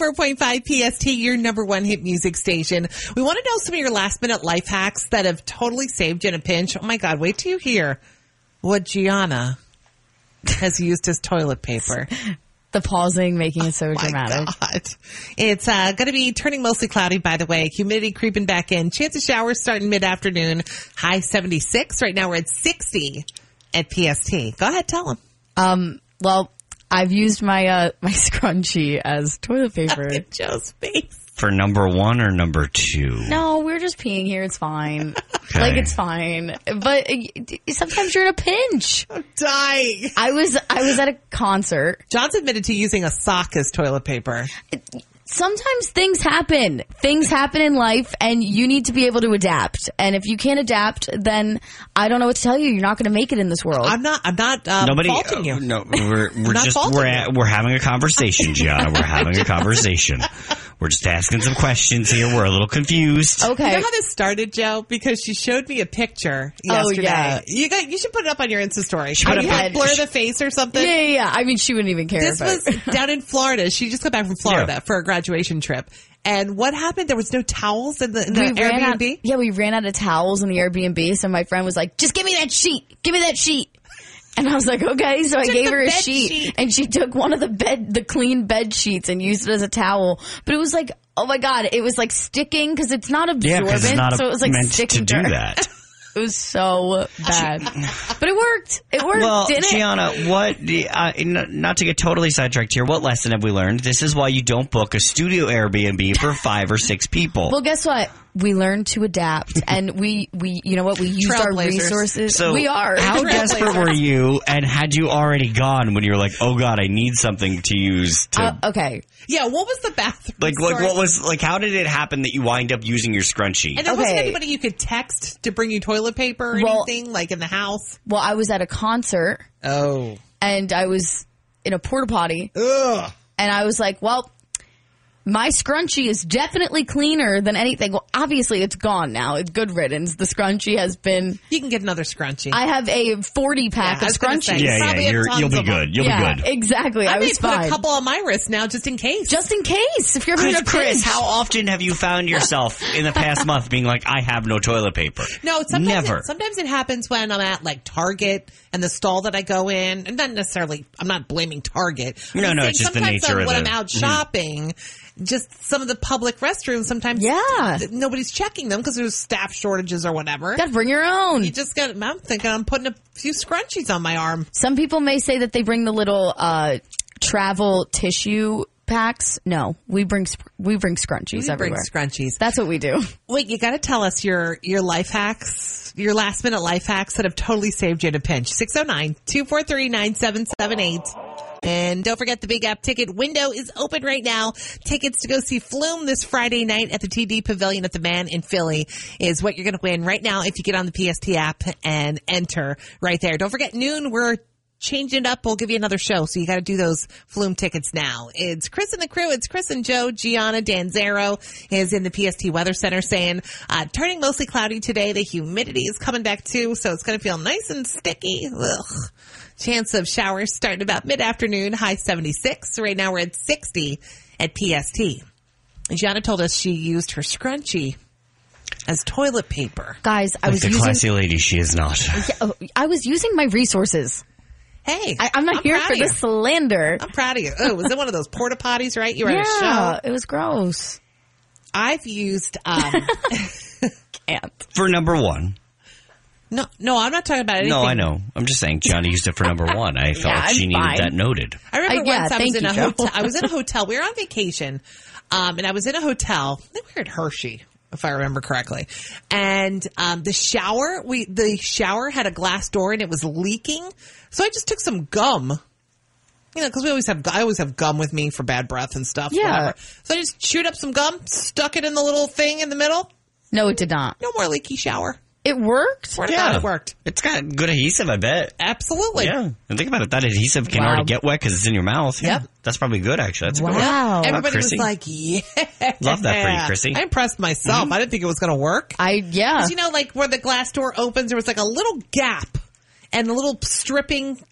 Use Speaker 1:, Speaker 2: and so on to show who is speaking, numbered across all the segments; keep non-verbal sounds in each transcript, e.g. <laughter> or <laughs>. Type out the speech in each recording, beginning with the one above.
Speaker 1: 94.5 PST, your number one hit music station. We want to know some of your last minute life hacks that have totally saved you in a pinch. Oh my God, wait till you hear what Gianna has used as toilet paper.
Speaker 2: The pausing making it so
Speaker 1: <laughs> My
Speaker 2: dramatic.
Speaker 1: God. It's uh, going to be turning mostly cloudy, by the way. Humidity creeping back in. Chance of showers starting mid afternoon. High 76. Right now we're at 60 at PST. Go ahead, tell them.
Speaker 2: Um, well, I've used my uh, <laughs> my scrunchie as toilet paper.
Speaker 1: Look at Joe's face.
Speaker 3: For number one or number two?
Speaker 2: No, we're just peeing here. It's fine.
Speaker 3: Okay.
Speaker 2: Like it's fine. But uh, sometimes you're in a pinch.
Speaker 1: I'm dying.
Speaker 2: I was I was at a concert.
Speaker 1: John's admitted to using a sock as toilet paper.
Speaker 2: Sometimes things happen. Things happen in life and you need to be able to adapt. And if you can't adapt, then I don't know what to tell you. You're not going to make it in this world.
Speaker 1: I'm not. I'm not uh,
Speaker 3: Nobody.
Speaker 1: faulting you.
Speaker 3: uh, No,
Speaker 2: <laughs>
Speaker 3: we're we're
Speaker 1: not
Speaker 3: just
Speaker 1: faulting
Speaker 3: we're
Speaker 1: you.
Speaker 3: at, we're having a conversation, Gianna. We're having a conversation. We're just asking some questions here. We're a little confused.
Speaker 1: You
Speaker 2: okay.
Speaker 1: know how this started, Joe? Because she showed me a picture
Speaker 2: Oh,
Speaker 1: yesterday.
Speaker 2: yeah.
Speaker 1: You got. You should put it up on your Insta story.
Speaker 3: put
Speaker 1: Can
Speaker 3: up
Speaker 1: you
Speaker 2: a-
Speaker 1: blur the face or something.
Speaker 2: Yeah, yeah, yeah. I mean, she wouldn't even care.
Speaker 1: This
Speaker 2: about
Speaker 1: was
Speaker 2: <laughs>
Speaker 1: down in Florida. She just got back from Florida
Speaker 3: Yeah.
Speaker 1: for a graduation trip. And what happened? There was no towels in the, in the
Speaker 2: we ran out.
Speaker 1: Airbnb.
Speaker 2: Yeah, we ran out of towels in the Airbnb. So my friend was like, "Just give me that sheet. Give me that sheet." And I was like, "Okay." So I
Speaker 1: Took
Speaker 2: gave
Speaker 1: the
Speaker 2: her a
Speaker 1: bed
Speaker 2: sheet,
Speaker 1: sheet.
Speaker 2: and she took one of the bed, the clean bed sheets, and used it as a towel. But it was like, oh my god, it was like sticking because it's not
Speaker 3: Yeah,
Speaker 2: absorbent.
Speaker 3: because it's not
Speaker 2: so it was like
Speaker 3: meant to
Speaker 2: sticking
Speaker 3: do
Speaker 2: her. <laughs>
Speaker 3: that.
Speaker 2: It was so bad,
Speaker 1: <laughs>
Speaker 2: but it worked. It worked,
Speaker 3: Well,
Speaker 2: didn't it?
Speaker 3: Gianna, what? the- Uh, n- not to get totally sidetracked here, what lesson have we learned? This is why you don't book a studio Airbnb for five or six people.
Speaker 2: Well, guess what? We learned to adapt, and we we you know what? We used our
Speaker 1: Trailblazers.
Speaker 2: resources.
Speaker 3: so
Speaker 2: we are. <laughs>
Speaker 3: How
Speaker 1: Trailblazers.
Speaker 3: desperate were you, and had you already gone when you were like, "Oh God, I need something to use to."
Speaker 2: Uh, okay.
Speaker 1: Yeah. What was the bathroom?
Speaker 3: like, like,
Speaker 1: story?
Speaker 3: what was like? How did it happen that you wind up using your scrunchie?
Speaker 1: And there wasn't
Speaker 2: Okay.
Speaker 1: anybody you could text to bring you toilet paper or
Speaker 2: Well-
Speaker 1: anything like in the house.
Speaker 2: Well, I was at a concert.
Speaker 1: Oh.
Speaker 2: and I was in a porta potty,
Speaker 1: Ugh.
Speaker 2: and I was like, well, my scrunchie is definitely cleaner than anything. Well, obviously, it's gone now. It's good riddance. The scrunchie has been.
Speaker 1: You can get another scrunchie.
Speaker 2: I have a forty pack
Speaker 1: Yeah, I
Speaker 2: of
Speaker 1: was gonna say,
Speaker 2: scrunchies.
Speaker 3: yeah, yeah,
Speaker 1: probably have
Speaker 3: you're,
Speaker 1: tons
Speaker 3: you'll be
Speaker 1: of them.
Speaker 3: good. You'll
Speaker 2: Yeah,
Speaker 3: be good.
Speaker 2: exactly. I,
Speaker 1: may
Speaker 2: was
Speaker 1: put
Speaker 2: fine.
Speaker 1: a couple on my wrist now just in case.
Speaker 2: just in case, if you're having a
Speaker 3: Chris,
Speaker 2: pinch. <laughs>
Speaker 3: how often have you found yourself in the past month being like, "I have no toilet paper"?
Speaker 1: No, sometimes
Speaker 3: never.
Speaker 1: It, sometimes it happens when I'm at like Target and the stall that I go in, and not necessarily. I'm not blaming Target. I'm
Speaker 3: No, no,
Speaker 1: saying
Speaker 3: it's just the
Speaker 1: sometimes
Speaker 3: nature
Speaker 1: uh,
Speaker 3: of
Speaker 1: when
Speaker 3: the-
Speaker 1: I'm out
Speaker 3: Mhm.
Speaker 1: shopping. Just some of the public restrooms. Sometimes,
Speaker 2: Yeah.
Speaker 1: th- nobody's checking them because there's staff shortages or whatever.
Speaker 2: Gotta bring your own.
Speaker 1: you just got. I'm thinking I'm putting a few scrunchies on my arm.
Speaker 2: Some people may say that they bring the little uh, travel tissue packs. No, we bring sp- we bring scrunchies
Speaker 1: You bring
Speaker 2: everywhere.
Speaker 1: scrunchies.
Speaker 2: That's what we do.
Speaker 1: Wait, you got to tell us your your life hacks, your last minute life hacks that have totally saved you in a pinch. 609-243-9778. And don't forget the Big App ticket window is open right now. Tickets to go see Flume this Friday night at the TD Pavilion at the Man in Philly is what you're going to win right now if you get on the PST app and enter right there. Don't forget noon, we're changing it up. We'll give you another show. So you got to do those Flume tickets now. It's Chris and the crew. It's Chris and Joe. Gianna Danzero is in the PST Weather Center saying, uh, turning mostly cloudy today. The humidity is coming back too. So it's going to feel nice and sticky. Ugh. Chance of showers starting about mid afternoon, high 76. Right now we're at 60 at PST. Gianna told us she used her scrunchie as toilet paper.
Speaker 2: Guys, I was
Speaker 3: the
Speaker 2: using
Speaker 3: classy lady she is not.
Speaker 2: Oh, I was using my resources.
Speaker 1: Hey,
Speaker 2: I, I'm not here
Speaker 1: proud
Speaker 2: for
Speaker 1: of you.
Speaker 2: this slander.
Speaker 1: I'm proud of you. Oh, was it one of those porta potties, right? You were at a show.
Speaker 2: yeah, it was gross.
Speaker 1: I've used
Speaker 2: <laughs>
Speaker 1: um,
Speaker 2: Can't.
Speaker 3: For number one.
Speaker 1: no, no. I'm not talking about anything.
Speaker 3: No, I know. I'm just saying Johnny used it for number one. I
Speaker 2: <laughs>
Speaker 3: felt
Speaker 2: Yeah,
Speaker 3: like she
Speaker 2: I'm
Speaker 3: needed
Speaker 2: fine.
Speaker 3: that noted.
Speaker 1: I remember
Speaker 2: Uh, yeah,
Speaker 1: once I was
Speaker 2: thank
Speaker 1: in
Speaker 2: you,
Speaker 1: a
Speaker 2: Joe.
Speaker 1: hotel. I was
Speaker 2: <laughs>
Speaker 1: in a hotel. We were on vacation, um, and I was in a hotel. I think we were at Hershey, if I remember correctly. And um, the shower, we the shower had a glass door and it was leaking. So I just took some gum. You know, because we always have I always have gum with me for bad breath and stuff.
Speaker 2: Yeah.
Speaker 1: whatever. So I just chewed up some gum, stuck it in the little thing in the middle.
Speaker 2: No, it did not.
Speaker 1: No more leaky shower.
Speaker 2: It worked.
Speaker 1: Swear to God, it worked.
Speaker 3: It's got good adhesive, I bet.
Speaker 1: Absolutely.
Speaker 3: Yeah. And think about it. That adhesive can
Speaker 2: Wow.
Speaker 3: already get wet because it's in your mouth. Yeah.
Speaker 1: Yep.
Speaker 3: That's probably good, actually. That's a good one.
Speaker 2: Wow.
Speaker 1: Everybody was
Speaker 3: Chrissy.
Speaker 1: like, yeah.
Speaker 3: Love that for
Speaker 1: <laughs>
Speaker 3: you, Chrissy. Mm-hmm. Uh-huh.
Speaker 1: I impressed myself. I didn't think it was going to work.
Speaker 2: I yeah.
Speaker 1: you know, like where the glass door opens, there was like a little gap and a little stripping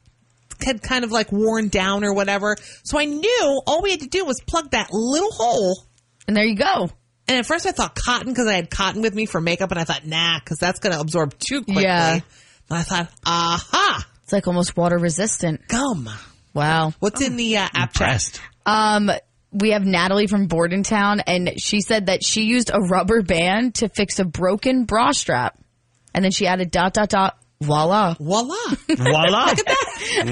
Speaker 1: had kind of like worn down or whatever. So I knew all we had to do was plug that little hole.
Speaker 2: And there you go.
Speaker 1: And at first I thought cotton because I had cotton with me for makeup, and I thought nah, because that's going to absorb too quickly.
Speaker 2: Yeah.
Speaker 1: Then I thought, aha,
Speaker 2: It's like almost water resistant.
Speaker 1: gum.
Speaker 2: Wow.
Speaker 1: What's
Speaker 3: Oh.
Speaker 1: in the uh, app chat?
Speaker 2: <laughs>
Speaker 3: Impressed.
Speaker 2: Um, we have Natalie from Bordentown, and she said that she used a rubber band to fix a broken bra strap, and then she added dot dot dot. Voila!
Speaker 1: Voila.
Speaker 3: Voila.
Speaker 1: <laughs>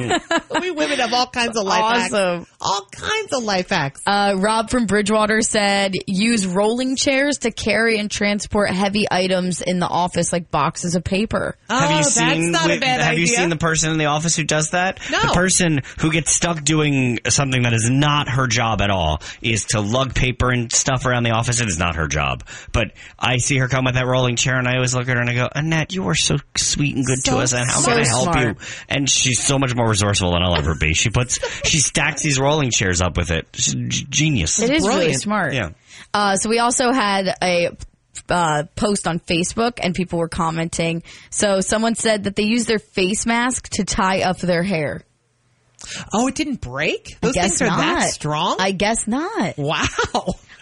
Speaker 1: we women have all kinds of life
Speaker 2: Awesome.
Speaker 1: hacks. All kinds of life hacks.
Speaker 2: Uh, Rob from Bridgewater said use rolling chairs to carry and transport heavy items in the office, like boxes of paper.
Speaker 1: oh,
Speaker 3: Have you
Speaker 1: that's
Speaker 3: seen?
Speaker 1: not a
Speaker 3: wi-
Speaker 1: bad
Speaker 3: have you
Speaker 1: idea.
Speaker 3: seen the person in the office who does that?
Speaker 1: No.
Speaker 3: The person who gets stuck doing something that is not her job at all is to lug paper and stuff around the office. It is not her job. But I see her come with that rolling chair, and I always look at her and I go, "Annette, you are so sweet and good
Speaker 1: So
Speaker 3: to us, and how
Speaker 2: smart.
Speaker 3: can I help
Speaker 2: Smart.
Speaker 3: you?" And she's so much more resourceful than I'll ever be. She puts, she stacks these rolling chairs up with it. She's g- genius.
Speaker 2: It is really
Speaker 1: brilliant.
Speaker 2: smart.
Speaker 3: Yeah.
Speaker 2: Uh, so we also had a uh, post on Facebook, and people were commenting. So someone said that they use their face mask to tie up their hair.
Speaker 1: oh, it didn't break? Those
Speaker 2: guess
Speaker 1: things are that
Speaker 2: not.
Speaker 1: strong?
Speaker 2: I guess not.
Speaker 1: wow.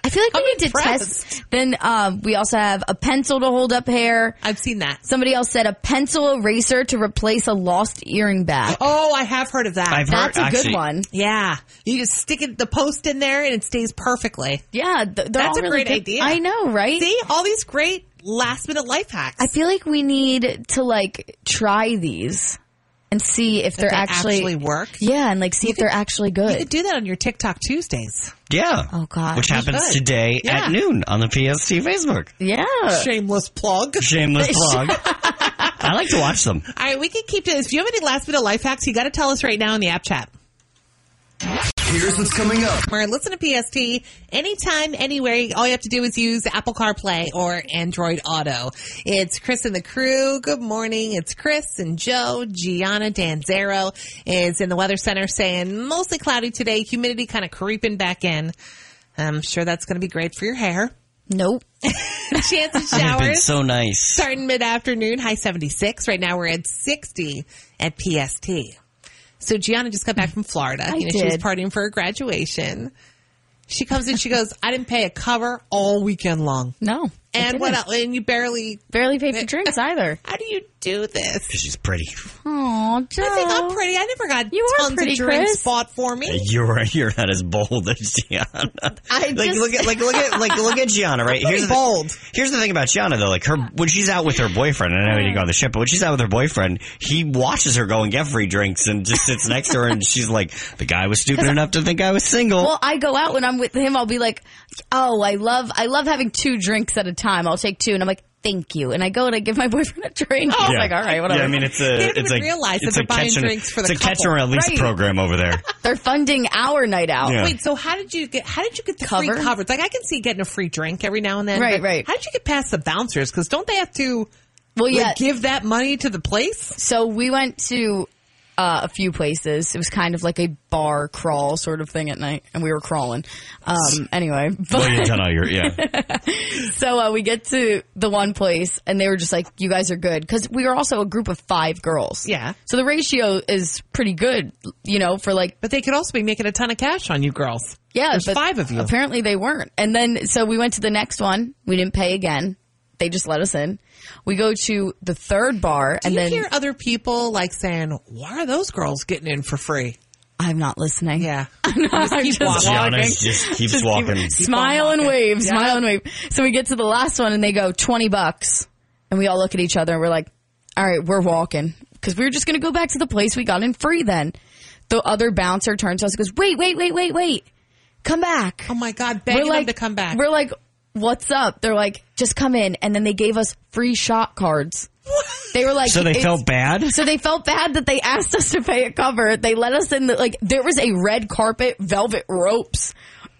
Speaker 2: I feel like we
Speaker 1: I'm
Speaker 2: need
Speaker 1: impressed.
Speaker 2: to test. Then um, we also have a pencil to hold up hair.
Speaker 1: <laughs> I've seen that.
Speaker 2: Somebody else said a pencil eraser to replace a lost earring back.
Speaker 1: Oh, I have heard of that.
Speaker 3: I've
Speaker 2: That's a
Speaker 3: heard,
Speaker 2: good
Speaker 3: actually,
Speaker 2: one.
Speaker 1: yeah. You just stick it, the post in there and it stays perfectly.
Speaker 2: Yeah, th- they're
Speaker 1: That's
Speaker 2: all
Speaker 1: a
Speaker 2: really
Speaker 1: great
Speaker 2: good-
Speaker 1: idea.
Speaker 2: I know, right?
Speaker 1: See, all these great last minute life hacks.
Speaker 2: I feel like we need to like try these and see if they're
Speaker 1: they
Speaker 2: actually,
Speaker 1: actually work?
Speaker 2: Yeah, and like see if they're actually good.
Speaker 1: you could do that on your TikTok Tuesdays.
Speaker 3: Yeah.
Speaker 2: Oh, God.
Speaker 3: Which
Speaker 2: We
Speaker 3: happens
Speaker 1: could.
Speaker 3: today
Speaker 1: Yeah.
Speaker 3: at noon on the PST Facebook.
Speaker 2: yeah.
Speaker 1: Shameless plug.
Speaker 3: Shameless plug. <laughs> I like to watch them.
Speaker 1: All right, we can keep doing this. If you have any last minute life hacks, you got to tell us right now in the app chat.
Speaker 4: Here's what's coming up.
Speaker 1: Or listen to PST anytime, anywhere. All you have to do is use Apple CarPlay or Android Auto. It's Chris and the crew. Good morning. It's Chris and Joe. Gianna Danzero is in the Weather Center saying mostly cloudy today. Humidity kind of creeping back in. I'm sure that's going to be great for your hair.
Speaker 2: Nope.
Speaker 1: Chance of
Speaker 3: They've been
Speaker 1: showers
Speaker 3: so nice.
Speaker 1: starting mid afternoon. High 76. Right now we're at 60 at PST. So Gianna just got back from Florida.
Speaker 2: I
Speaker 1: you know, She was
Speaker 2: did.
Speaker 1: partying for her graduation. She comes in. She goes, "I didn't pay a cover all weekend long."
Speaker 2: No. I
Speaker 1: <laughs> And what?
Speaker 2: didn't.
Speaker 1: Else, and you barely.
Speaker 2: Barely paid for drinks either.
Speaker 1: <laughs> How do you do this?
Speaker 3: <laughs> She's pretty.
Speaker 2: Oh, Joe.
Speaker 1: I think I'm pretty. I never got
Speaker 2: You are
Speaker 1: tons
Speaker 2: pretty,
Speaker 1: of drinks
Speaker 2: Chris.
Speaker 1: bought for me.
Speaker 3: You're you're not as bold as Gianna.
Speaker 2: I
Speaker 3: like
Speaker 2: just-
Speaker 3: look at like look at like look at Gianna right. Here's the,
Speaker 1: bold.
Speaker 3: Here's the thing about Gianna though. Like her when she's out with her boyfriend. and I know you go on the ship, but when she's out with her boyfriend, he watches her go and get free drinks and just sits next to her. And she's like, the guy was stupid enough to think I was single.
Speaker 2: Well, I go out when I'm with him. I'll be like, "Oh, I love, I love having two drinks at a time. I'll take two, and I'm like, "Thank you." And I go and I give my <laughs> boyfriend a drink.
Speaker 1: Oh.
Speaker 2: He's like, "All right, whatever."
Speaker 3: Yeah, I mean, it's
Speaker 1: They don't
Speaker 3: a, it's
Speaker 1: even
Speaker 3: a,
Speaker 1: realize that
Speaker 3: it's
Speaker 1: they're
Speaker 3: a
Speaker 1: buying
Speaker 3: catch and,
Speaker 1: drinks for the
Speaker 3: It's a catch
Speaker 1: couple.
Speaker 3: and release
Speaker 2: Right.
Speaker 3: program over there.
Speaker 2: They're funding our night out.
Speaker 3: Yeah.
Speaker 1: Wait, so how did you get? How did you get the
Speaker 2: Cover?
Speaker 1: free coverage? Like I can see getting a free drink every now and then.
Speaker 2: Right,
Speaker 1: but
Speaker 2: right.
Speaker 1: How did you get past the bouncers? Because don't they have to?
Speaker 2: Well,
Speaker 1: like,
Speaker 2: yeah.
Speaker 1: give that money to the place.
Speaker 2: so we went to uh, a few places. It was kind of like a bar crawl sort of thing at night, and we were crawling. Um, anyway, <laughs> but
Speaker 3: Well, you've done all your yeah.
Speaker 2: so uh, we get to the one place, and they were just like, "You guys are good," because we were also a group of five girls.
Speaker 1: Yeah.
Speaker 2: So the ratio is pretty good, you know, for like
Speaker 1: But they could also be making a ton of cash on you girls.
Speaker 2: Yeah,
Speaker 1: There's
Speaker 2: but
Speaker 1: five of you.
Speaker 2: Apparently, they weren't. And then, so we went to the next one. We didn't pay again. They just let us in. We go to the third bar,
Speaker 1: Do
Speaker 2: and
Speaker 1: you
Speaker 2: then
Speaker 1: hear other people like saying, "Why are those girls getting in for free?"
Speaker 2: I'm not listening. <laughs>
Speaker 1: Yeah,
Speaker 2: just keep walking.
Speaker 3: Gianna just keeps walking.
Speaker 2: Smile
Speaker 1: on
Speaker 2: and
Speaker 1: walking.
Speaker 2: wave,
Speaker 1: Yeah.
Speaker 2: smile and wave. So we get to the last one, and they go twenty bucks, and we all look at each other, and we're like, "All right, we're walking," because we were just gonna go back to the place we got in free. Then the other bouncer turns to us, and goes, "Wait, wait, wait, wait, wait, come back."
Speaker 1: oh my god, begging
Speaker 2: we're like,
Speaker 1: them to come back.
Speaker 2: We're like, what's up? They're like, just come in. And then they gave us free shot cards. They were like,
Speaker 3: So they
Speaker 2: it's-
Speaker 3: felt bad.
Speaker 2: So they felt bad that they asked us to pay a cover. They let us in. The, like there was a red carpet, velvet ropes,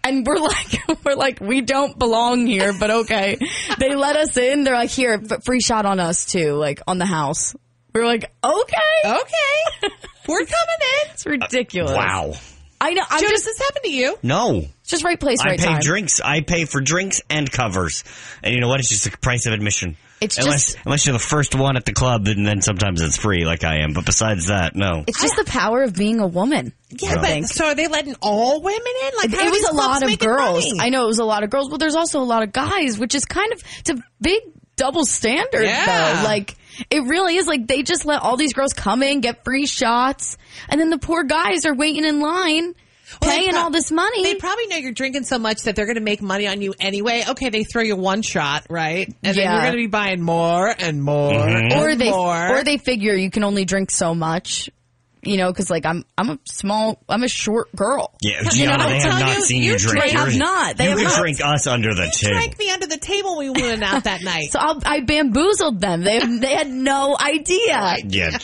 Speaker 2: and we're <laughs> like, we're like, we don't belong here, but okay. they let us in. They're like, here, f- free shot on us too, like on the house. We're like, okay, <laughs>
Speaker 1: okay, we're coming in.
Speaker 2: it's ridiculous.
Speaker 3: Wow.
Speaker 2: I know. I'm
Speaker 1: Joe, does
Speaker 2: just
Speaker 1: this happen to you?
Speaker 3: No.
Speaker 2: just right place,
Speaker 3: I
Speaker 2: right
Speaker 3: pay
Speaker 2: time.
Speaker 3: drinks. I pay for drinks and covers. And you know what? It's just the price of admission.
Speaker 2: It's
Speaker 3: unless,
Speaker 2: just-
Speaker 3: unless you're the first one at the club, and then sometimes it's free, like I am. But besides that, no.
Speaker 2: It's just the power of being a woman.
Speaker 1: Yeah,
Speaker 2: I think.
Speaker 1: but so are they letting all women in? Like how
Speaker 2: it
Speaker 1: are
Speaker 2: was
Speaker 1: these
Speaker 2: a lot
Speaker 1: clubs
Speaker 2: of
Speaker 1: making
Speaker 2: girls.
Speaker 1: money?
Speaker 2: I know it was a lot of girls, but there's also a lot of guys, which is kind of it's a big double standard
Speaker 1: Yeah.
Speaker 2: though. Like it really is like they just let all these girls come in, get free shots, and then the poor guys are waiting in line,
Speaker 1: Well, they
Speaker 2: paying
Speaker 1: prob-
Speaker 2: all this money.
Speaker 1: They probably know you're drinking so much that they're going to make money on you anyway. Okay, they throw you one shot, right? And then
Speaker 2: Yeah.
Speaker 1: you're going to be buying more and more
Speaker 3: Mm-hmm.
Speaker 1: and
Speaker 2: or they
Speaker 1: more.
Speaker 2: or they figure you can only drink so much. You know, because like I'm, I'm a small, I'm a short girl.
Speaker 3: Yeah,
Speaker 1: You know,
Speaker 3: Gianna, they
Speaker 1: I'm
Speaker 3: have
Speaker 1: telling
Speaker 3: not
Speaker 1: you,
Speaker 3: seen you
Speaker 1: you
Speaker 3: drink.
Speaker 1: drink-
Speaker 2: They
Speaker 3: You're-
Speaker 2: have not. They
Speaker 3: you
Speaker 2: have
Speaker 3: could
Speaker 2: not.
Speaker 3: drink us under the
Speaker 1: you drank
Speaker 3: table.
Speaker 1: me under the table when we went out that <laughs> night.
Speaker 2: So I'll, I bamboozled them. They, they had no idea.
Speaker 3: Yeah.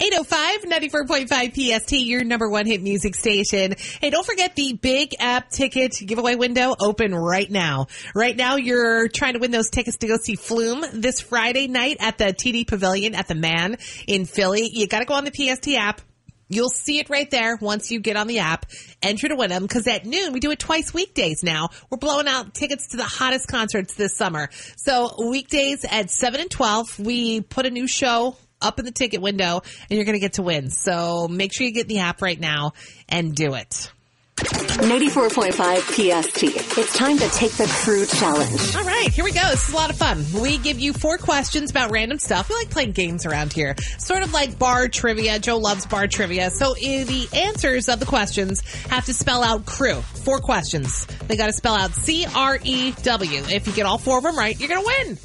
Speaker 1: 805 94.5 PST, your number one hit music station. Hey, don't forget the big app ticket giveaway window open right now. Right now, you're trying to win those tickets to go see Flume this Friday night at the TD Pavilion at the Man in Philly. You got to go on the PST app. You'll see it right there once you get on the app. Enter to win them because at noon we do it twice weekdays now. We're blowing out tickets to the hottest concerts this summer. So weekdays at seven and twelve, we put a new show up in the ticket window and you're going to get to win. So make sure you get in the app right now and do it.
Speaker 5: 94.5 PST. It's time to take the crew challenge.
Speaker 1: All right, here we go. This is a lot of fun. We give you four questions about random stuff. We like playing games around here, sort of like bar trivia. Joe loves bar trivia. So eh, the answers of the questions have to spell out crew. Four questions. They got to spell out C R E W. If you get all four of them right, you're going to win.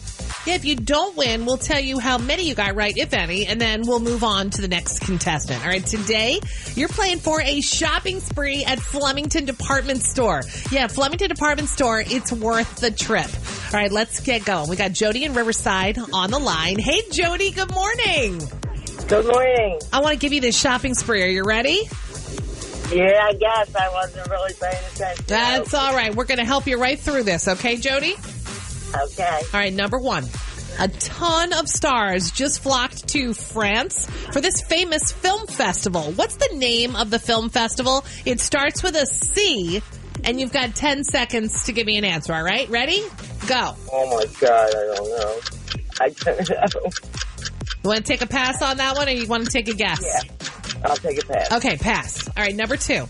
Speaker 1: If you don't win, we'll tell you how many you got right, if any, and then we'll move on to the next contestant. All right, today you're playing for a shopping spree at Flemington Department Store. Yeah, Flemington Department Store, it's worth the trip. All right, let's get going. We got Jody and Riverside on the line. Hey, Jody, good morning.
Speaker 6: Good morning.
Speaker 1: I want to give you this shopping spree. Are you ready?
Speaker 6: Yeah, I guess I wasn't really paying attention.
Speaker 1: That's all right. We're going to help you right through this, okay, Jody?
Speaker 6: okay.
Speaker 1: All right, number one. A ton of stars just flocked to France for this famous film festival. What's the name of the film festival? It starts with a C, and you've got 10 seconds to give me an answer, all right? Ready? Go.
Speaker 6: Oh my god, I don't know. I <laughs> don't know.
Speaker 1: You want to take a pass on that one, or you want to take a guess?
Speaker 6: I'll take a pass.
Speaker 1: Okay, pass. All right, number two.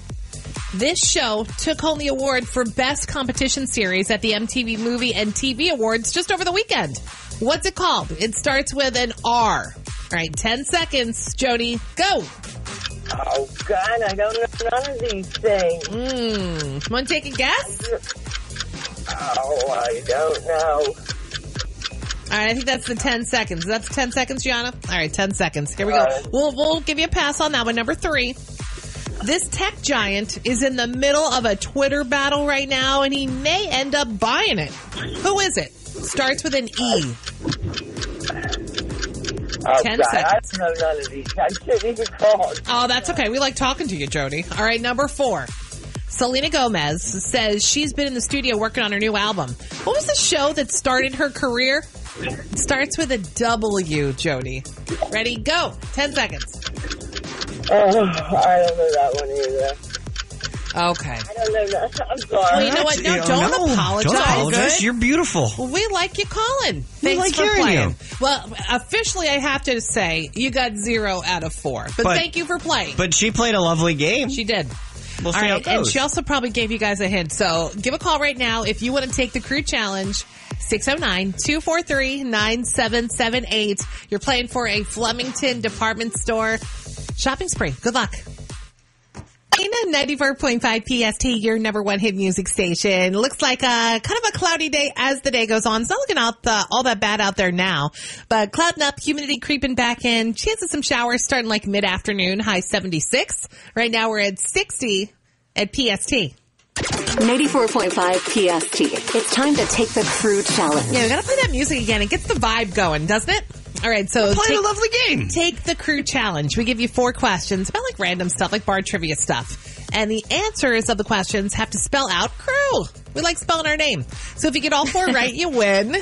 Speaker 1: This show took home the award for Best Competition Series at the MTV Movie and TV Awards just over the weekend. What's it called? It starts with an R. All right, 10 seconds. Jody, go.
Speaker 6: Oh god, I don't know none of these things.
Speaker 1: Mm. Want to take a guess?
Speaker 6: Oh, I don't know.
Speaker 1: All right, I think that's the 10 seconds. That's 10 seconds, Gianna? All right, 10 seconds. Here we go.
Speaker 6: All right.
Speaker 1: We'll, we'll give you a pass on that one. Number three. This tech giant is in the middle of a Twitter battle right now, and he may end up buying it. Who is it? Starts with an E.
Speaker 6: Oh
Speaker 1: Ten seconds.
Speaker 6: god, I don't know none of these. I shouldn't even call.
Speaker 1: Oh, that's okay. We like talking to you, Jody. All right, number four. Selena Gomez says she's been in the studio working on her new album. What was the show that started her career? It starts with a W, Jody. Ready, go. 10 seconds.
Speaker 6: Oh, I don't know that one either.
Speaker 1: Okay.
Speaker 6: I don't know that. I'm sorry.
Speaker 1: Well, you know what? No, don't apologize. eh?
Speaker 3: Don't apologize.
Speaker 1: Good.
Speaker 3: You're beautiful.
Speaker 1: We like you calling.
Speaker 3: We
Speaker 1: Thanks
Speaker 3: like
Speaker 1: for
Speaker 3: hearing
Speaker 1: playing.
Speaker 3: you.
Speaker 1: Well, officially, I have to say you got zero out of four. But,
Speaker 3: But-
Speaker 1: thank you for playing.
Speaker 3: But she played a lovely game.
Speaker 1: She did.
Speaker 3: We'll
Speaker 1: All
Speaker 3: see
Speaker 1: right,
Speaker 3: how it
Speaker 1: and
Speaker 3: goes.
Speaker 1: she also probably gave you guys a hint. So give a call right now if you want to take the crew challenge. 609-243-9778. You're playing for a Flemington department store shopping spree. Good luck. Ina 94.5 PST, your number one hit music station. Looks like a kind of a cloudy day as the day goes on. It's not looking out the, all that bad out there now, but clouding up, humidity creeping back in, chance of some showers starting like mid afternoon, high 76. Right now we're at 60 at PST.
Speaker 5: 94.5 PST. It's time to take the crew challenge.
Speaker 1: Yeah, we gotta play that music again. It gets the vibe going, doesn't it? All right, so
Speaker 3: Played
Speaker 1: take-
Speaker 3: a lovely game.
Speaker 1: Take the crew challenge. We give you four questions about like random stuff, like bar trivia stuff. And the answers of the questions have to spell out crew. We like spelling our name. So if you get all four right, you win.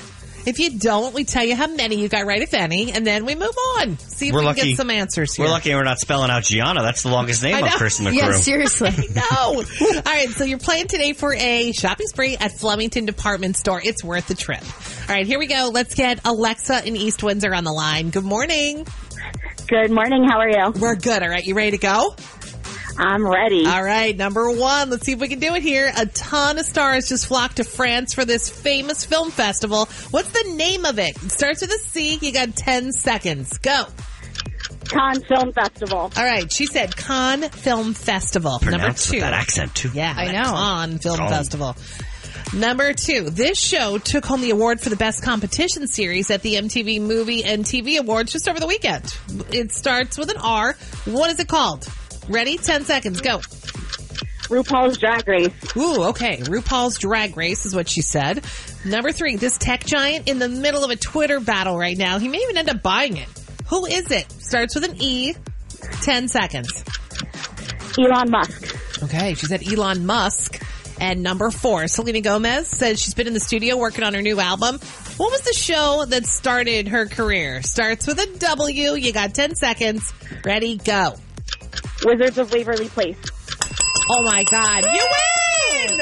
Speaker 1: If you don't, we tell you how many you got right, if any, and then we move on. See if
Speaker 3: We're
Speaker 1: we can
Speaker 3: lucky.
Speaker 1: get some answers here.
Speaker 3: We're lucky we're not spelling out Gianna. That's the longest name
Speaker 1: I
Speaker 3: of
Speaker 1: know.
Speaker 3: person in the
Speaker 2: Yeah,
Speaker 1: <laughs>
Speaker 3: crew.
Speaker 2: seriously.
Speaker 1: No. All right. So you're playing today for a shopping spree at Flemington Department Store. It's worth the trip. All right. Here we go. Let's get Alexa in East Windsor on the line. Good morning.
Speaker 7: Good morning. How are you?
Speaker 1: We're good. All right. You ready to go?
Speaker 7: I'm ready.
Speaker 1: All right. Number one. Let's see if we can do it here. A ton of stars just flocked to France for this famous film festival. What's the name of it? It starts with a C. You got 10 seconds. Go.
Speaker 7: Cannes Film Festival.
Speaker 1: All right. She said Cannes Film Festival. Number
Speaker 3: Pronounced
Speaker 1: two.
Speaker 3: with that accent too.
Speaker 1: <laughs> Yeah,
Speaker 2: I
Speaker 1: the
Speaker 2: know.
Speaker 1: Cannes Film
Speaker 3: Cannes.
Speaker 1: Festival. Number two, this show took home the award for the best competition series at the MTV Movie and TV Awards just over the weekend. It starts with an R. What is it called? Ready? 10 seconds. Go.
Speaker 7: RuPaul's Drag Race.
Speaker 1: Ooh, okay. RuPaul's Drag Race is what she said. Number three, this tech giant in the middle of a Twitter battle right now. He may even end up buying it. Who is it? Starts with an E. 10 seconds.
Speaker 7: Elon Musk.
Speaker 1: Okay, she said Elon Musk. And number four, Selena Gomez says she's been in the studio working on her new album. What was the show that started her career? Starts with a W. You got 10 seconds. Ready, go.
Speaker 7: Wizards of Waverly Place.
Speaker 1: Oh my God. You win!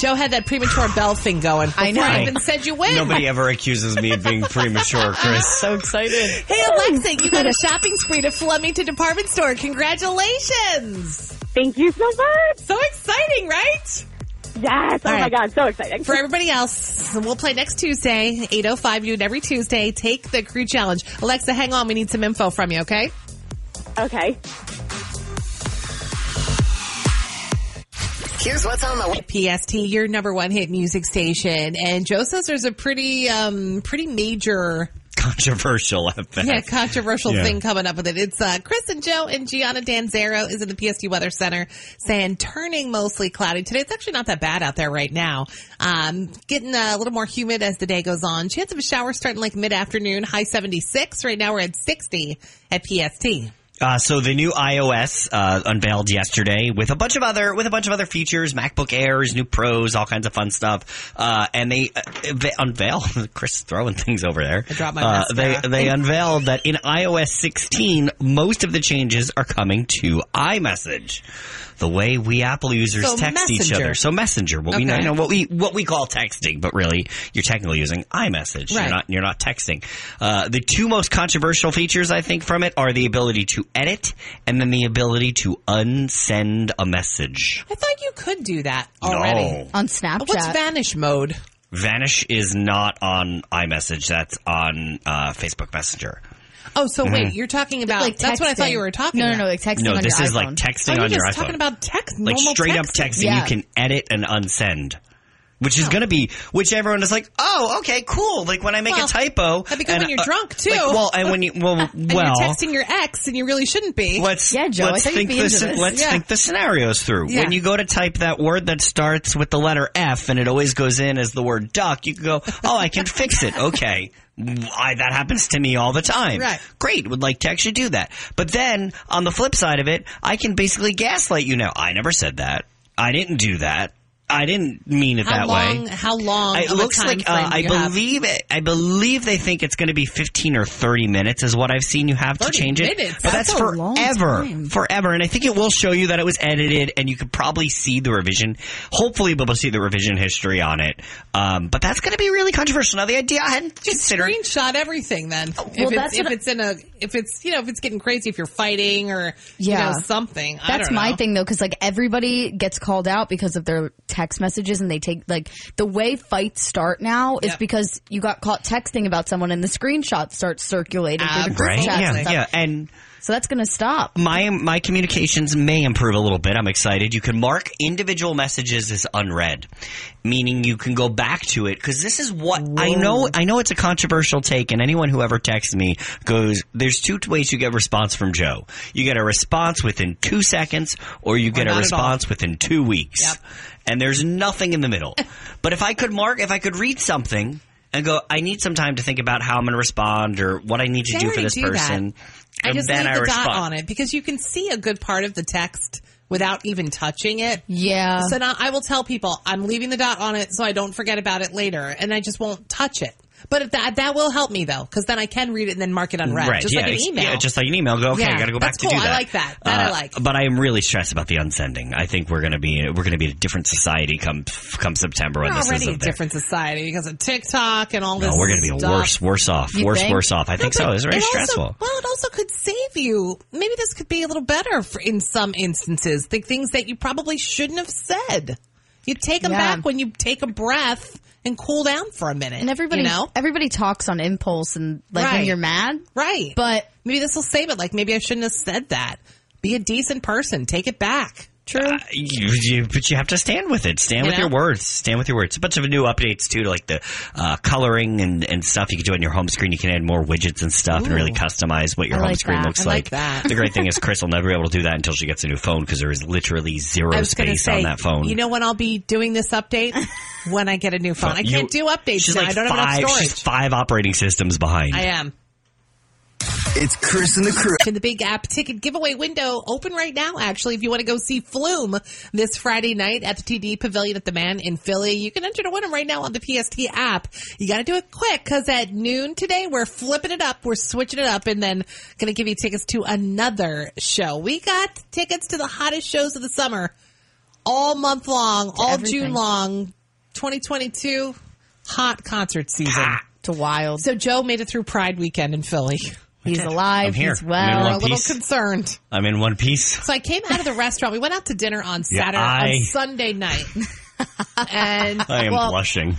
Speaker 1: Joe had that premature bell thing going. Before
Speaker 2: I know.
Speaker 1: I even said you win. <laughs>
Speaker 3: Nobody ever accuses me of being premature, Chris.
Speaker 2: so excited.
Speaker 1: Hey, Alexa, you got a shopping spree to Flemington Department Store. Congratulations.
Speaker 7: Thank you so much.
Speaker 1: So exciting, right?
Speaker 7: Yes.
Speaker 1: All
Speaker 7: oh
Speaker 1: right.
Speaker 7: my God. So exciting.
Speaker 1: For everybody else, we'll play next Tuesday, 8.05 noon every Tuesday. Take the crew challenge. Alexa, hang on. We need some info from you, okay?
Speaker 7: okay.
Speaker 5: Here's what's on the way.
Speaker 1: PST, your number one hit music station. And Joe says there's a pretty, um, pretty major,
Speaker 3: Controversial at
Speaker 1: <laughs>
Speaker 3: that.
Speaker 1: yeah, controversial
Speaker 3: Yeah.
Speaker 1: thing coming up with it. It's, uh, Chris and Joe and Gianna Danzero is in the PST Weather Center saying turning mostly cloudy. Today, it's actually not that bad out there right now. Um, getting a little more humid as the day goes on. Chance of a shower starting like mid-afternoon, high 76. Right now, we're at 60 at PST.
Speaker 3: Uh, so the new iOS uh, unveiled yesterday with a bunch of other with a bunch of other features, MacBook Airs, new Pros, all kinds of fun stuff. Uh, and they uh, they unveil <laughs> Chris throwing things over there. I
Speaker 1: dropped my
Speaker 3: uh, They
Speaker 1: mascara.
Speaker 3: they unveiled that in iOS 16, most of the changes are coming to iMessage, the way we Apple users
Speaker 1: So
Speaker 3: text each
Speaker 1: Messenger.
Speaker 3: other. So Messenger, what we
Speaker 1: Okay.
Speaker 3: you know what we what we call texting, but really you're technically using iMessage.
Speaker 1: Right.
Speaker 3: You're not you're not texting. Uh, the two most controversial features I think from it are the ability to edit and then the ability to unsend a message.
Speaker 1: I thought you could do that already.
Speaker 3: No.
Speaker 2: On Snapchat.
Speaker 1: What's vanish mode?
Speaker 3: Vanish is not on iMessage. That's on uh, Facebook Messenger.
Speaker 1: Oh, so
Speaker 3: Mm-hmm.
Speaker 1: wait, you're talking about
Speaker 2: Like
Speaker 1: that's what I thought
Speaker 2: texting.
Speaker 1: you were talking.
Speaker 2: No, no,
Speaker 1: about.
Speaker 2: no, like texting
Speaker 3: No,
Speaker 2: on
Speaker 3: this
Speaker 2: your
Speaker 3: is like
Speaker 2: iPhone.
Speaker 3: texting
Speaker 1: Oh, you're
Speaker 3: on your
Speaker 1: just
Speaker 3: iPhone.
Speaker 1: talking about text,
Speaker 3: like
Speaker 1: normal
Speaker 3: straight up
Speaker 1: texting.
Speaker 3: texting.
Speaker 2: Yeah.
Speaker 3: You can edit and unsend. Which is going to be, which everyone is like, oh, okay, cool. Like when I make
Speaker 1: Well,
Speaker 3: a typo,
Speaker 1: that'd be good
Speaker 3: and,
Speaker 1: when you're drunk, too.
Speaker 3: like, well, and when you, well,
Speaker 1: <laughs> And
Speaker 3: well,
Speaker 1: you're texting your ex, and you really shouldn't be.
Speaker 3: let's
Speaker 2: Yeah, Joe, I
Speaker 3: let's
Speaker 2: thought you'd
Speaker 3: think
Speaker 2: be
Speaker 3: the
Speaker 2: into
Speaker 3: scen-
Speaker 2: this.
Speaker 3: let's
Speaker 1: Yeah.
Speaker 3: think the scenarios through.
Speaker 1: Yeah.
Speaker 3: When you go to type that word that starts with the letter F and it always goes in as the word duck, you can go, "Oh, I can fix it." Okay. I, that happens to me all the time.
Speaker 1: Right.
Speaker 3: Great. Would like to actually do that. But then on the flip side of it, I can basically gaslight you now. I never said that. I didn't do that. I didn't mean it
Speaker 1: how
Speaker 3: that
Speaker 1: long?
Speaker 3: way.
Speaker 1: How long?
Speaker 3: It
Speaker 1: of a
Speaker 3: looks
Speaker 1: time
Speaker 3: like uh,
Speaker 1: frame do
Speaker 3: I
Speaker 1: you have?
Speaker 3: believe it. I believe they think it's going to be fifteen or thirty minutes is what I've seen. You have to
Speaker 1: 30
Speaker 3: change it,
Speaker 1: minutes?
Speaker 3: but
Speaker 1: That's
Speaker 3: that's,
Speaker 2: a long
Speaker 3: forever,
Speaker 2: time.
Speaker 3: forever. And I think it will show you that it was edited, and you could probably see the revision. Hopefully, we'll see the revision history on it. Um, but that's going to be really controversial. Now, the idea I hadn't
Speaker 1: Just
Speaker 3: considered.
Speaker 1: screenshot everything then. if it's,
Speaker 2: that's
Speaker 1: if
Speaker 2: what I-
Speaker 1: it's in a, if it's you know, if it's getting crazy, if you're fighting or
Speaker 2: Yeah.
Speaker 1: you know something. I
Speaker 2: That's
Speaker 1: don't
Speaker 2: my
Speaker 1: know.
Speaker 2: thing though, because like everybody gets called out because of their text messages, and they take like the way fights start now is
Speaker 1: Yep.
Speaker 2: because you got caught texting about someone, and the screenshot starts circulating through the group
Speaker 3: Right?
Speaker 1: Absolutely.
Speaker 2: chats
Speaker 3: Yeah,
Speaker 2: and stuff.
Speaker 3: yeah, and.
Speaker 2: So that's gonna stop.
Speaker 3: my my communications may improve a little bit. I'm excited. You can mark individual messages as unread, meaning you can go back to it because this is what I know. I know it's a controversial take, and anyone who ever texts me goes, "There's two ways you get response from Joe. You get a response within two seconds, or you get
Speaker 1: not
Speaker 3: a
Speaker 1: at all.
Speaker 3: response within two weeks."
Speaker 1: Yep.
Speaker 3: And there's nothing in
Speaker 1: <laughs>
Speaker 3: the middle. but if I could mark, if I could read something. And go. I need some time to think about how I'm going to respond or what I need to
Speaker 1: They
Speaker 3: do for
Speaker 1: already
Speaker 3: this
Speaker 1: do that.
Speaker 3: person.
Speaker 1: I
Speaker 3: and
Speaker 1: just
Speaker 3: then
Speaker 1: leave
Speaker 3: I
Speaker 1: the
Speaker 3: respond.
Speaker 1: dot on it because you can see a good part of the text without even touching it.
Speaker 2: Yeah.
Speaker 1: So now I will tell people I'm leaving the dot on it so I don't forget about it later, and I just won't touch it. But that that will help me though, because then I can read it and then mark it unread,
Speaker 3: Right.
Speaker 1: just
Speaker 3: yeah,
Speaker 1: like an
Speaker 3: it's-
Speaker 1: email.
Speaker 3: yeah, just like an email. Go, okay,
Speaker 1: Yeah,
Speaker 3: I got to go back
Speaker 1: that's
Speaker 3: to
Speaker 1: cool.
Speaker 3: do
Speaker 1: I
Speaker 3: that. Uh,
Speaker 1: like that. That I like.
Speaker 3: But I am really stressed about the unsending. I think we're going to be we're going to be a different society come come September when
Speaker 1: we're
Speaker 3: this
Speaker 1: already a
Speaker 3: isn't there.
Speaker 1: different society because of TikTok and all
Speaker 3: No,
Speaker 1: this.
Speaker 3: we're going to be
Speaker 1: stuff.
Speaker 3: worse, worse off,
Speaker 2: You
Speaker 3: worse,
Speaker 2: think?
Speaker 3: worse off. I think so. It's very
Speaker 1: It also-
Speaker 3: stressful.
Speaker 1: well, it also could save you. Maybe this could be a little better for, in some instances. The things that you probably shouldn't have said. You take them
Speaker 2: Yeah.
Speaker 1: back when you take a breath and cool down for a minute.
Speaker 2: and everybody
Speaker 1: you know,
Speaker 2: everybody talks on impulse and like
Speaker 1: Right.
Speaker 2: when you're mad.
Speaker 1: right?
Speaker 2: But
Speaker 1: maybe this will save it. Like maybe I shouldn't have said that. Be a decent person. Take it back. True.
Speaker 3: Uh, you, you, but you have to stand with it. Stand
Speaker 1: You
Speaker 3: with
Speaker 1: know?
Speaker 3: your words. Stand with your words. A bunch of new updates too, like the uh, coloring and, and stuff you can do on your home screen. You can add more widgets and stuff, and really customize what your
Speaker 2: I
Speaker 3: home
Speaker 2: like
Speaker 3: screen
Speaker 2: that.
Speaker 3: looks
Speaker 1: I like that.
Speaker 3: The great thing
Speaker 1: <laughs>
Speaker 3: is Chris will never be able to do that until she gets a new phone because there is literally zero
Speaker 1: I was going to
Speaker 3: space
Speaker 1: say,
Speaker 3: on that phone.
Speaker 1: you know when I'll be doing this
Speaker 2: <laughs>
Speaker 1: update? when I get a new phone. I
Speaker 3: You-
Speaker 1: can't do updates
Speaker 3: she's
Speaker 1: now.
Speaker 3: Like
Speaker 1: I don't
Speaker 3: five,
Speaker 1: have enough storage.
Speaker 3: She's five operating systems behind.
Speaker 1: I am.
Speaker 4: It's Chris and the crew.
Speaker 1: in the big app ticket giveaway window open right now actually if you want to go see flume this friday night at the td pavilion at the man in philly you can enter to win them right now on the pst app you got to do it quick because at noon today we're flipping it up we're switching it up and then gonna give you tickets to another show we got tickets to the hottest shows of the summer all month long all
Speaker 2: everything.
Speaker 1: june long 2022 hot concert season
Speaker 2: it's a wild.
Speaker 1: so joe made it through pride weekend in philly
Speaker 2: he's alive.
Speaker 3: I'm here.
Speaker 2: He's
Speaker 3: I'm in
Speaker 1: we're
Speaker 2: well.
Speaker 1: a
Speaker 3: one
Speaker 1: little
Speaker 3: piece.
Speaker 1: concerned
Speaker 3: I'm in
Speaker 1: <laughs>
Speaker 3: one piece.
Speaker 1: so I came out of
Speaker 2: <laughs>
Speaker 1: the restaurant. We went out to dinner on
Speaker 3: Yeah,
Speaker 1: Saturday,
Speaker 3: I-
Speaker 1: on Sunday
Speaker 3: <laughs>
Speaker 1: night, and
Speaker 3: I am
Speaker 1: well,
Speaker 3: blushing.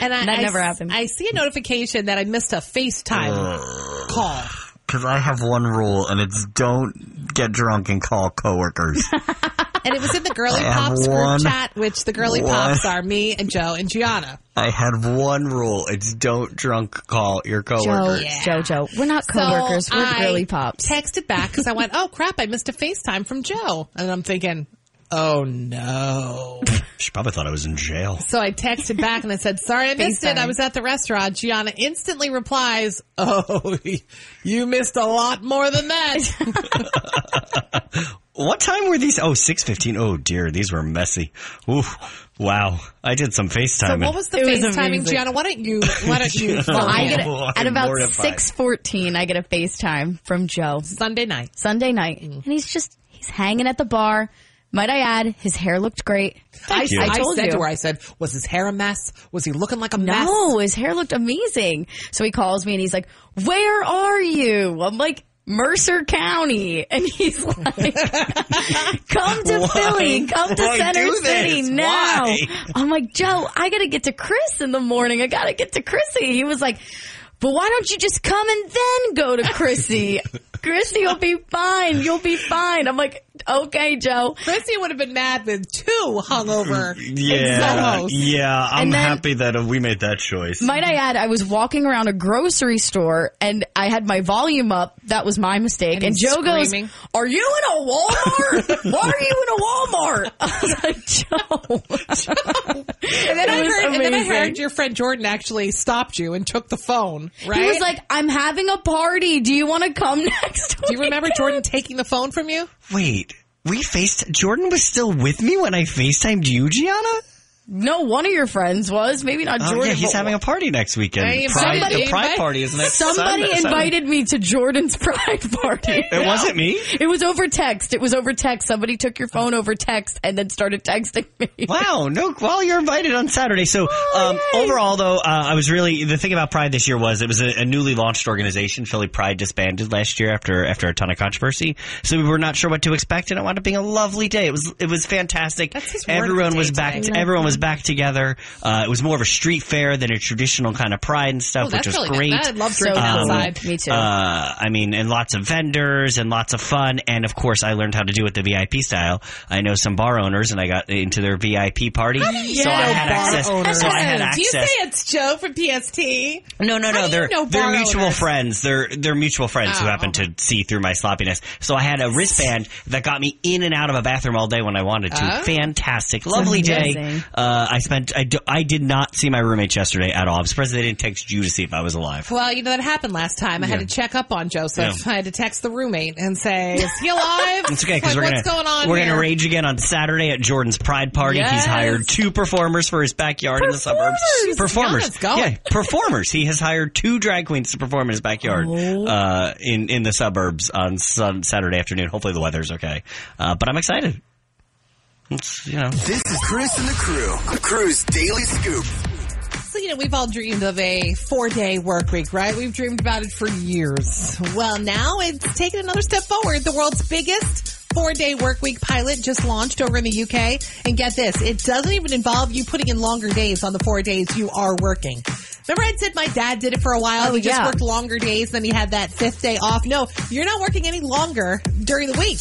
Speaker 1: and I,
Speaker 2: That
Speaker 1: I
Speaker 2: never
Speaker 1: s-
Speaker 2: happened.
Speaker 1: I see a notification that I missed a FaceTime call.
Speaker 8: Because I have one rule, and it's don't get drunk and call coworkers.
Speaker 1: And it was in the Girly
Speaker 8: have
Speaker 1: Pops group
Speaker 8: one-
Speaker 1: chat, which the Girly
Speaker 8: one-
Speaker 1: Pops are me and Joe and Gianna.
Speaker 8: I had one rule: it's don't drunk call your
Speaker 2: Joe,
Speaker 8: coworkers.
Speaker 1: Yeah.
Speaker 2: Jojo, we're not coworkers.
Speaker 1: So
Speaker 2: we're
Speaker 1: I
Speaker 2: girly pops.
Speaker 1: Texted back because I went, "Oh crap, I missed a FaceTime from Joe," and I'm thinking, "Oh
Speaker 3: <laughs>
Speaker 1: no."
Speaker 3: She probably thought I was in jail.
Speaker 1: So I texted back and I said, sorry, I missed it. I was at the restaurant. Gianna instantly replies, oh, <laughs> you missed a lot more than
Speaker 2: <laughs>
Speaker 1: that.
Speaker 3: What time were these? Oh, 6.15. Oh, dear. These were messy. Ooh, wow. I did some
Speaker 1: so
Speaker 3: FaceTime.
Speaker 1: what was the
Speaker 2: It was
Speaker 1: FaceTiming,
Speaker 2: amazing.
Speaker 1: Gianna? Why don't you, why don't
Speaker 2: <laughs>
Speaker 1: you, <laughs>
Speaker 2: Well, I get
Speaker 8: Oh,
Speaker 2: a,
Speaker 8: I'm
Speaker 2: at about
Speaker 8: mortified.
Speaker 2: six fourteen. I get a FaceTime from Joe
Speaker 1: Sunday night.
Speaker 2: Sunday night,
Speaker 1: Mm.
Speaker 2: and he's just he's hanging at the bar. Might I add, his hair looked great. I,
Speaker 3: you.
Speaker 2: I told
Speaker 1: said
Speaker 2: you.
Speaker 1: to her, I said, was his hair a mess? Was he looking like a mess?
Speaker 2: No, his hair looked amazing. So he calls me and he's like, "Where are you?" I'm like, "Mercer County," and he's <laughs> like, "Come to
Speaker 3: Why?
Speaker 2: Philly, come to
Speaker 3: Why
Speaker 2: Center
Speaker 3: do
Speaker 2: City
Speaker 3: this?
Speaker 2: now."
Speaker 3: Why?
Speaker 2: I'm like, "Joe, I gotta get to Chris in the morning. I gotta get to Chrissy." He was like. But why don't you just come and then go to
Speaker 3: <laughs>
Speaker 2: Chrissy? Chrissy, you'll be fine. You'll be fine. I'm like, okay, Joe.
Speaker 1: Chrissy would have been mad with two
Speaker 2: <laughs>
Speaker 1: hungover
Speaker 3: yeah,
Speaker 1: Soho's.
Speaker 3: yeah. I'm
Speaker 2: And then-
Speaker 3: happy that uh, we made that choice.
Speaker 2: Might I add, I was walking around a grocery store and I had my volume up. That was my mistake. And,
Speaker 1: And
Speaker 2: Joe
Speaker 1: screaming.
Speaker 2: goes, "Are you in a Walmart? Why are you in a
Speaker 1: <laughs>
Speaker 2: Walmart?" I was like, <laughs> "Joe."
Speaker 1: And then,
Speaker 2: It
Speaker 1: I
Speaker 2: was
Speaker 1: heard, and then I heard
Speaker 2: amazing.
Speaker 1: your friend Jordan actually stopped you and took the phone, right?
Speaker 2: He was like, "I'm having a party. Do you want to come <laughs> next?"
Speaker 1: do you remember Jordan taking the phone from you?
Speaker 3: Wait, we faced. Jordan was still with me when I FaceTimed you, Gianna?
Speaker 2: No, one of your friends was maybe not
Speaker 3: Oh,
Speaker 2: Jordan.
Speaker 3: yeah, he's
Speaker 2: but-
Speaker 3: having a party next weekend.
Speaker 1: I invited-
Speaker 3: Pride-
Speaker 1: somebody
Speaker 3: the Pride
Speaker 1: invite-
Speaker 3: Party is next
Speaker 2: Somebody
Speaker 3: Sunday-
Speaker 2: invited me to Jordan's <laughs> pride party.
Speaker 3: Sunday. It wasn't me?
Speaker 2: It was over text. It was over text. Somebody took your phone over text and then started texting me.
Speaker 3: Wow, no, well, you're invited on Saturday. So,
Speaker 1: Oh,
Speaker 3: um, overall, though, uh, I was really, the thing about Pride this year was it was a, a newly launched organization. Philly Pride disbanded last year after, after a ton of controversy. So we were not sure what to expect and it wound up being a lovely day. It was, it was fantastic.
Speaker 1: That's his word
Speaker 3: Everyone
Speaker 1: day
Speaker 3: was back,
Speaker 1: today.
Speaker 3: to, everyone was back together. Uh, it was more of a street fair than a traditional kind of Pride and stuff,
Speaker 1: Oh,
Speaker 3: which
Speaker 1: that's
Speaker 3: was
Speaker 1: really
Speaker 3: great.
Speaker 1: Good. I love
Speaker 2: So
Speaker 1: drinking
Speaker 2: cool.
Speaker 1: outside.
Speaker 2: Me too.
Speaker 3: Um, Uh, I mean, and lots of vendors and lots of fun. And of course, I learned how to do it the VIP style. I know some bar owners, and I got into their VIP party, so I
Speaker 1: know
Speaker 3: had
Speaker 1: bar
Speaker 3: access.
Speaker 1: owners?
Speaker 3: So I had
Speaker 1: <laughs> Do you
Speaker 3: access.
Speaker 1: say it's Joe from PST?
Speaker 3: No, no,
Speaker 1: How
Speaker 3: no.
Speaker 1: do you
Speaker 3: They're
Speaker 1: know
Speaker 3: they're
Speaker 1: bar
Speaker 3: mutual
Speaker 1: owners?
Speaker 3: friends. They're they're mutual friends who
Speaker 1: Oh,
Speaker 3: happen
Speaker 1: okay.
Speaker 3: to see through my sloppiness. So I had a wristband that got me in and out of a bathroom all day when I wanted to.
Speaker 1: Oh.
Speaker 3: Fantastic, lovely day.
Speaker 2: amazing.
Speaker 3: Uh, Uh, I spent. I, do, I did not see my roommates yesterday at all. I'm surprised they didn't text you to see if I was alive.
Speaker 1: Well, you know that happened last time. I had to check up on Joseph. I had to text the roommate and say, "Is he alive?"
Speaker 3: <laughs> It's okay because
Speaker 1: like,
Speaker 3: we're
Speaker 1: what's
Speaker 3: gonna
Speaker 1: going on.
Speaker 3: we're
Speaker 1: here?
Speaker 3: gonna rage again on Saturday at Jordan's Pride Party.
Speaker 1: Yes.
Speaker 3: He's hired two performers for his backyard in the suburbs.
Speaker 1: Performers!
Speaker 3: Performers,
Speaker 1: Yeah, let's go.
Speaker 3: yeah, performers. He has hired two drag queens to perform in his backyard
Speaker 1: Oh.
Speaker 3: uh, in in the suburbs on sun, Saturday afternoon. Hopefully the weather's okay, uh, but I'm excited. It's you know
Speaker 4: This is Chris and the crew. Crew's daily scoop.
Speaker 1: So, you know, we've all dreamed of a four day work week, right? We've dreamed about it for years. Well, now it's taken another step forward. The world's biggest four day work week pilot just launched over in the UK. And get this, it doesn't even involve you putting in longer days on the four days you are working. Remember I said my dad did it for a while.
Speaker 2: Oh,
Speaker 1: he just
Speaker 2: yeah.
Speaker 1: worked longer days, then he had that fifth day off. No, you're not working any longer during the week.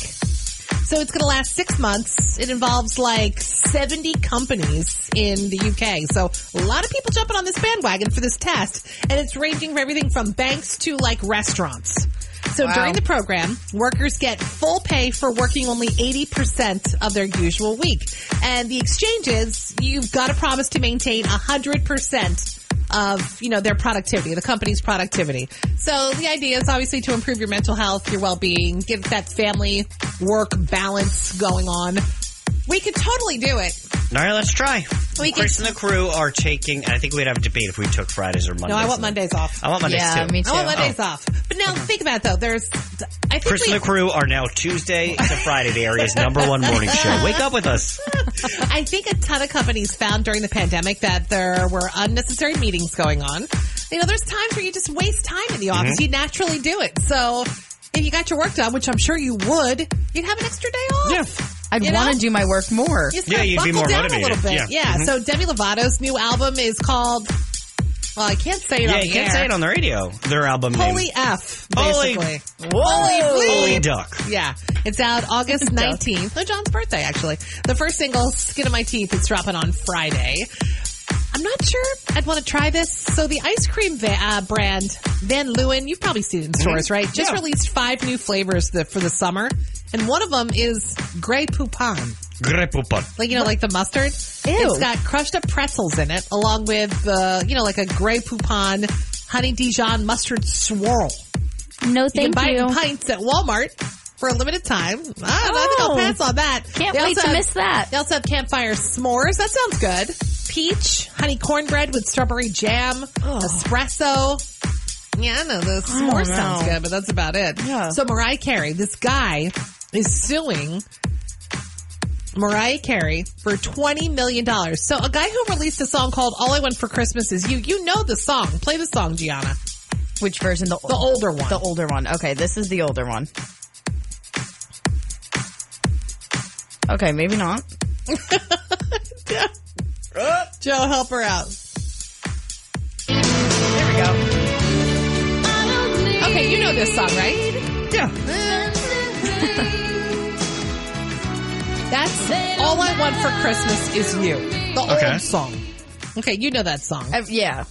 Speaker 1: So it's going to last six months. It involves like 70 companies in the UK. So a lot of people jumping on this bandwagon for this test. And it's ranging from everything from banks to like restaurants. So
Speaker 2: Wow.
Speaker 1: during the program, workers get full pay for working only 80% of their usual week. And the exchanges, you've got to promise to maintain 100% of, you know, their productivity, the company's productivity. So the idea is obviously to improve your mental health, your well-being, get that family work balance going on. We could totally do it.
Speaker 3: All right, let's try.
Speaker 1: We can-
Speaker 3: Chris and the crew are taking. I think we'd have a debate if we took Fridays or Mondays.
Speaker 1: No, I want Mondays off.
Speaker 3: I want Mondays
Speaker 2: Yeah,
Speaker 3: too.
Speaker 2: me
Speaker 1: I want
Speaker 2: too.
Speaker 1: Mondays off. But now think about it though. There's, I think
Speaker 3: Chris
Speaker 1: we,
Speaker 3: and the crew are now Tuesday to Friday, the area's number one morning show.
Speaker 1: <laughs>
Speaker 3: Wake up with us.
Speaker 1: I think a ton of companies found during the pandemic that there were unnecessary meetings going on. You know, there's times where you just waste time in the office.
Speaker 3: Mm-hmm.
Speaker 1: You naturally do it. So if you got your work done, which I'm sure you would, you'd have an extra day off.
Speaker 2: I'd
Speaker 1: You know?
Speaker 2: want to do my work more.
Speaker 1: You just
Speaker 3: Yeah,
Speaker 1: gotta
Speaker 3: you'd be
Speaker 1: buckle
Speaker 3: more
Speaker 1: down a little
Speaker 3: motivated.
Speaker 1: bit. Yeah.
Speaker 3: Yeah. Mm-hmm.
Speaker 1: So Demi Lovato's new album is called. Well, I can't say it
Speaker 3: Yeah,
Speaker 1: on
Speaker 3: you
Speaker 1: the
Speaker 3: can't
Speaker 1: air.
Speaker 3: say it on the radio. Their album
Speaker 1: Holy
Speaker 3: name.
Speaker 1: F,
Speaker 3: Holy-
Speaker 1: basically.
Speaker 3: Holy
Speaker 1: Holy bleep.
Speaker 3: duck.
Speaker 1: Yeah, it's out
Speaker 3: <laughs>
Speaker 1: August 19th. No, John's birthday, actually. The first single, Skin of My Teeth, is dropping on Friday. I'm not sure I'd want to try this. So the ice cream va- uh, brand Van Leeuwen, you've probably seen it
Speaker 3: Mm-hmm.
Speaker 1: in stores, right? Just released five new flavors the, for the summer, and one of them is Grey Poupon,
Speaker 3: Grepupon.
Speaker 1: like you know, like the mustard. It's got crushed up pretzels in it, along with uh, you know, like a Grey Poupon honey Dijon mustard swirl.
Speaker 2: No,
Speaker 1: You
Speaker 2: thank
Speaker 1: can buy it
Speaker 2: you.
Speaker 1: in pints at Walmart for a limited time. I don't know. I think I'll
Speaker 2: Oh.
Speaker 1: pass on that.
Speaker 2: Can't
Speaker 1: They
Speaker 2: wait
Speaker 1: also
Speaker 2: to
Speaker 1: have-
Speaker 2: miss that.
Speaker 1: They also have campfire s'mores. That sounds good. Peach, honey cornbread with strawberry jam, espresso. Yeah, I know the s'more sounds good, but that's about it.
Speaker 2: Yeah.
Speaker 1: So Mariah Carey, this guy is suing Mariah Carey for twenty million dollars. So a guy who released a song called "All I Want for Christmas Is You." You know the song. Play the song, Gianna.
Speaker 2: Which version? The,
Speaker 1: The older one.
Speaker 2: The older one. Okay, this is the older one. Okay, maybe not.
Speaker 1: Joe, help her out.
Speaker 2: There we go.
Speaker 1: Okay, you know this song, right?
Speaker 3: Yeah.
Speaker 1: <laughs> That's All I Want for Christmas Is You. The
Speaker 3: Okay.
Speaker 1: old song. Okay, you know that song.
Speaker 2: Ev- yeah.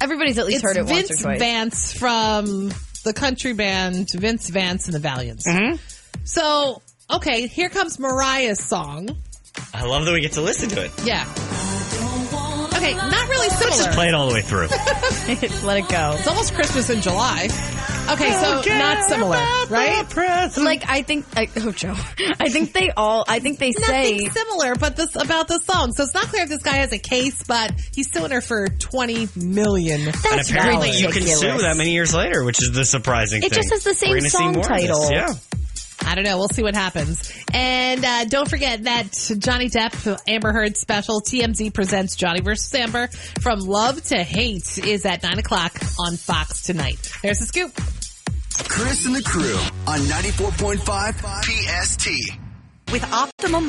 Speaker 2: Everybody's at least
Speaker 1: It's
Speaker 2: heard it
Speaker 1: Vince
Speaker 2: once or twice.
Speaker 1: Vance from the country band Vince Vance and the Valiants.
Speaker 2: Mm-hmm.
Speaker 1: So, okay, here comes Mariah's song.
Speaker 3: I love that we get to listen to it.
Speaker 1: Yeah. Okay, not really
Speaker 3: Just
Speaker 1: similar.
Speaker 3: play it all the
Speaker 1: <laughs>
Speaker 3: way through.
Speaker 2: <laughs> Let it go.
Speaker 1: It's almost Christmas in July. Okay, so not similar, right?
Speaker 2: Like I think, I, oh Joe, <laughs> I think they all. I think they say.
Speaker 1: nothing similar, but this about the song. So it's not clear if this guy has a case, but he's suing her for twenty million.
Speaker 3: and
Speaker 2: That's
Speaker 3: apparently you can
Speaker 2: ridiculous.
Speaker 3: sue that many years later, which is the surprising
Speaker 2: It
Speaker 3: thing.
Speaker 2: just has the same
Speaker 3: We're gonna see
Speaker 2: song
Speaker 3: more of this.
Speaker 2: title.
Speaker 3: Yeah.
Speaker 1: I don't know. We'll see what happens. And uh, don't forget that Johnny Depp Amber Heard special TMZ presents Johnny versus Amber from love to hate is at nine o'clock on Fox tonight. There's the scoop.
Speaker 4: Chris and the crew on 94.5 PST.
Speaker 9: With Optimum